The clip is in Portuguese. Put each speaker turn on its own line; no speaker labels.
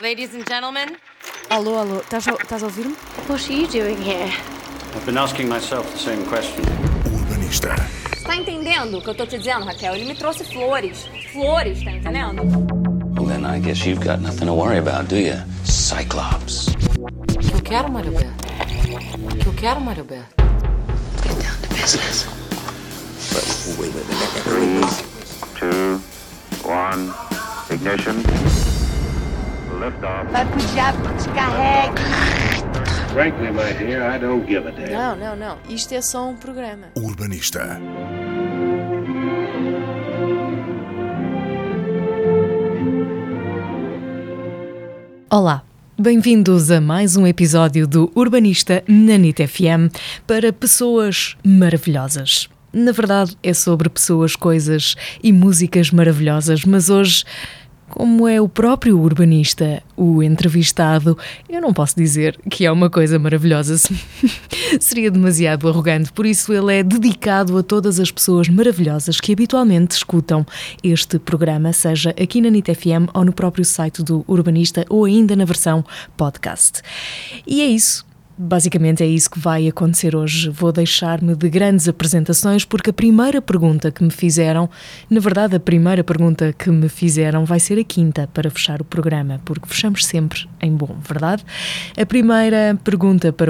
Ladies and gentlemen,
Alô, alô, estás a, estás a ouvir-me?
What are you doing here?
I've been asking myself the same question.
O urbanista.
Tá entendendo o que eu tô te dizendo, Raquel? Ele me trouxe flores. Flores, tá entendendo?
Well, then I guess you've got nothing to worry about, do you? Cyclops.
o que eu quero, Mário Beto? O que eu quero, Mário Beto?
Get down to business.
two, one, ignition. Liftoff. Frankly, my dear, I don't give a damn.
Não, não, não. Isto é só um programa.
O urbanista.
Olá, bem-vindos a mais um episódio do Urbanista na NIT FM para pessoas maravilhosas. Na verdade, é sobre pessoas, coisas e músicas maravilhosas, mas hoje, como é o próprio urbanista, o entrevistado, eu não posso dizer que é uma coisa maravilhosa, se- seria demasiado arrogante, por isso ele é dedicado a todas as pessoas maravilhosas que habitualmente escutam este programa, seja aqui na NIT FM ou no próprio site do Urbanista ou ainda na versão podcast. E é isso. Basicamente é isso que vai acontecer hoje. Vou deixar-me de grandes apresentações porque a primeira pergunta que me fizeram, na verdade, a primeira pergunta que me fizeram vai ser a quinta para fechar o programa, porque fechamos sempre em bom, verdade? A primeira pergunta para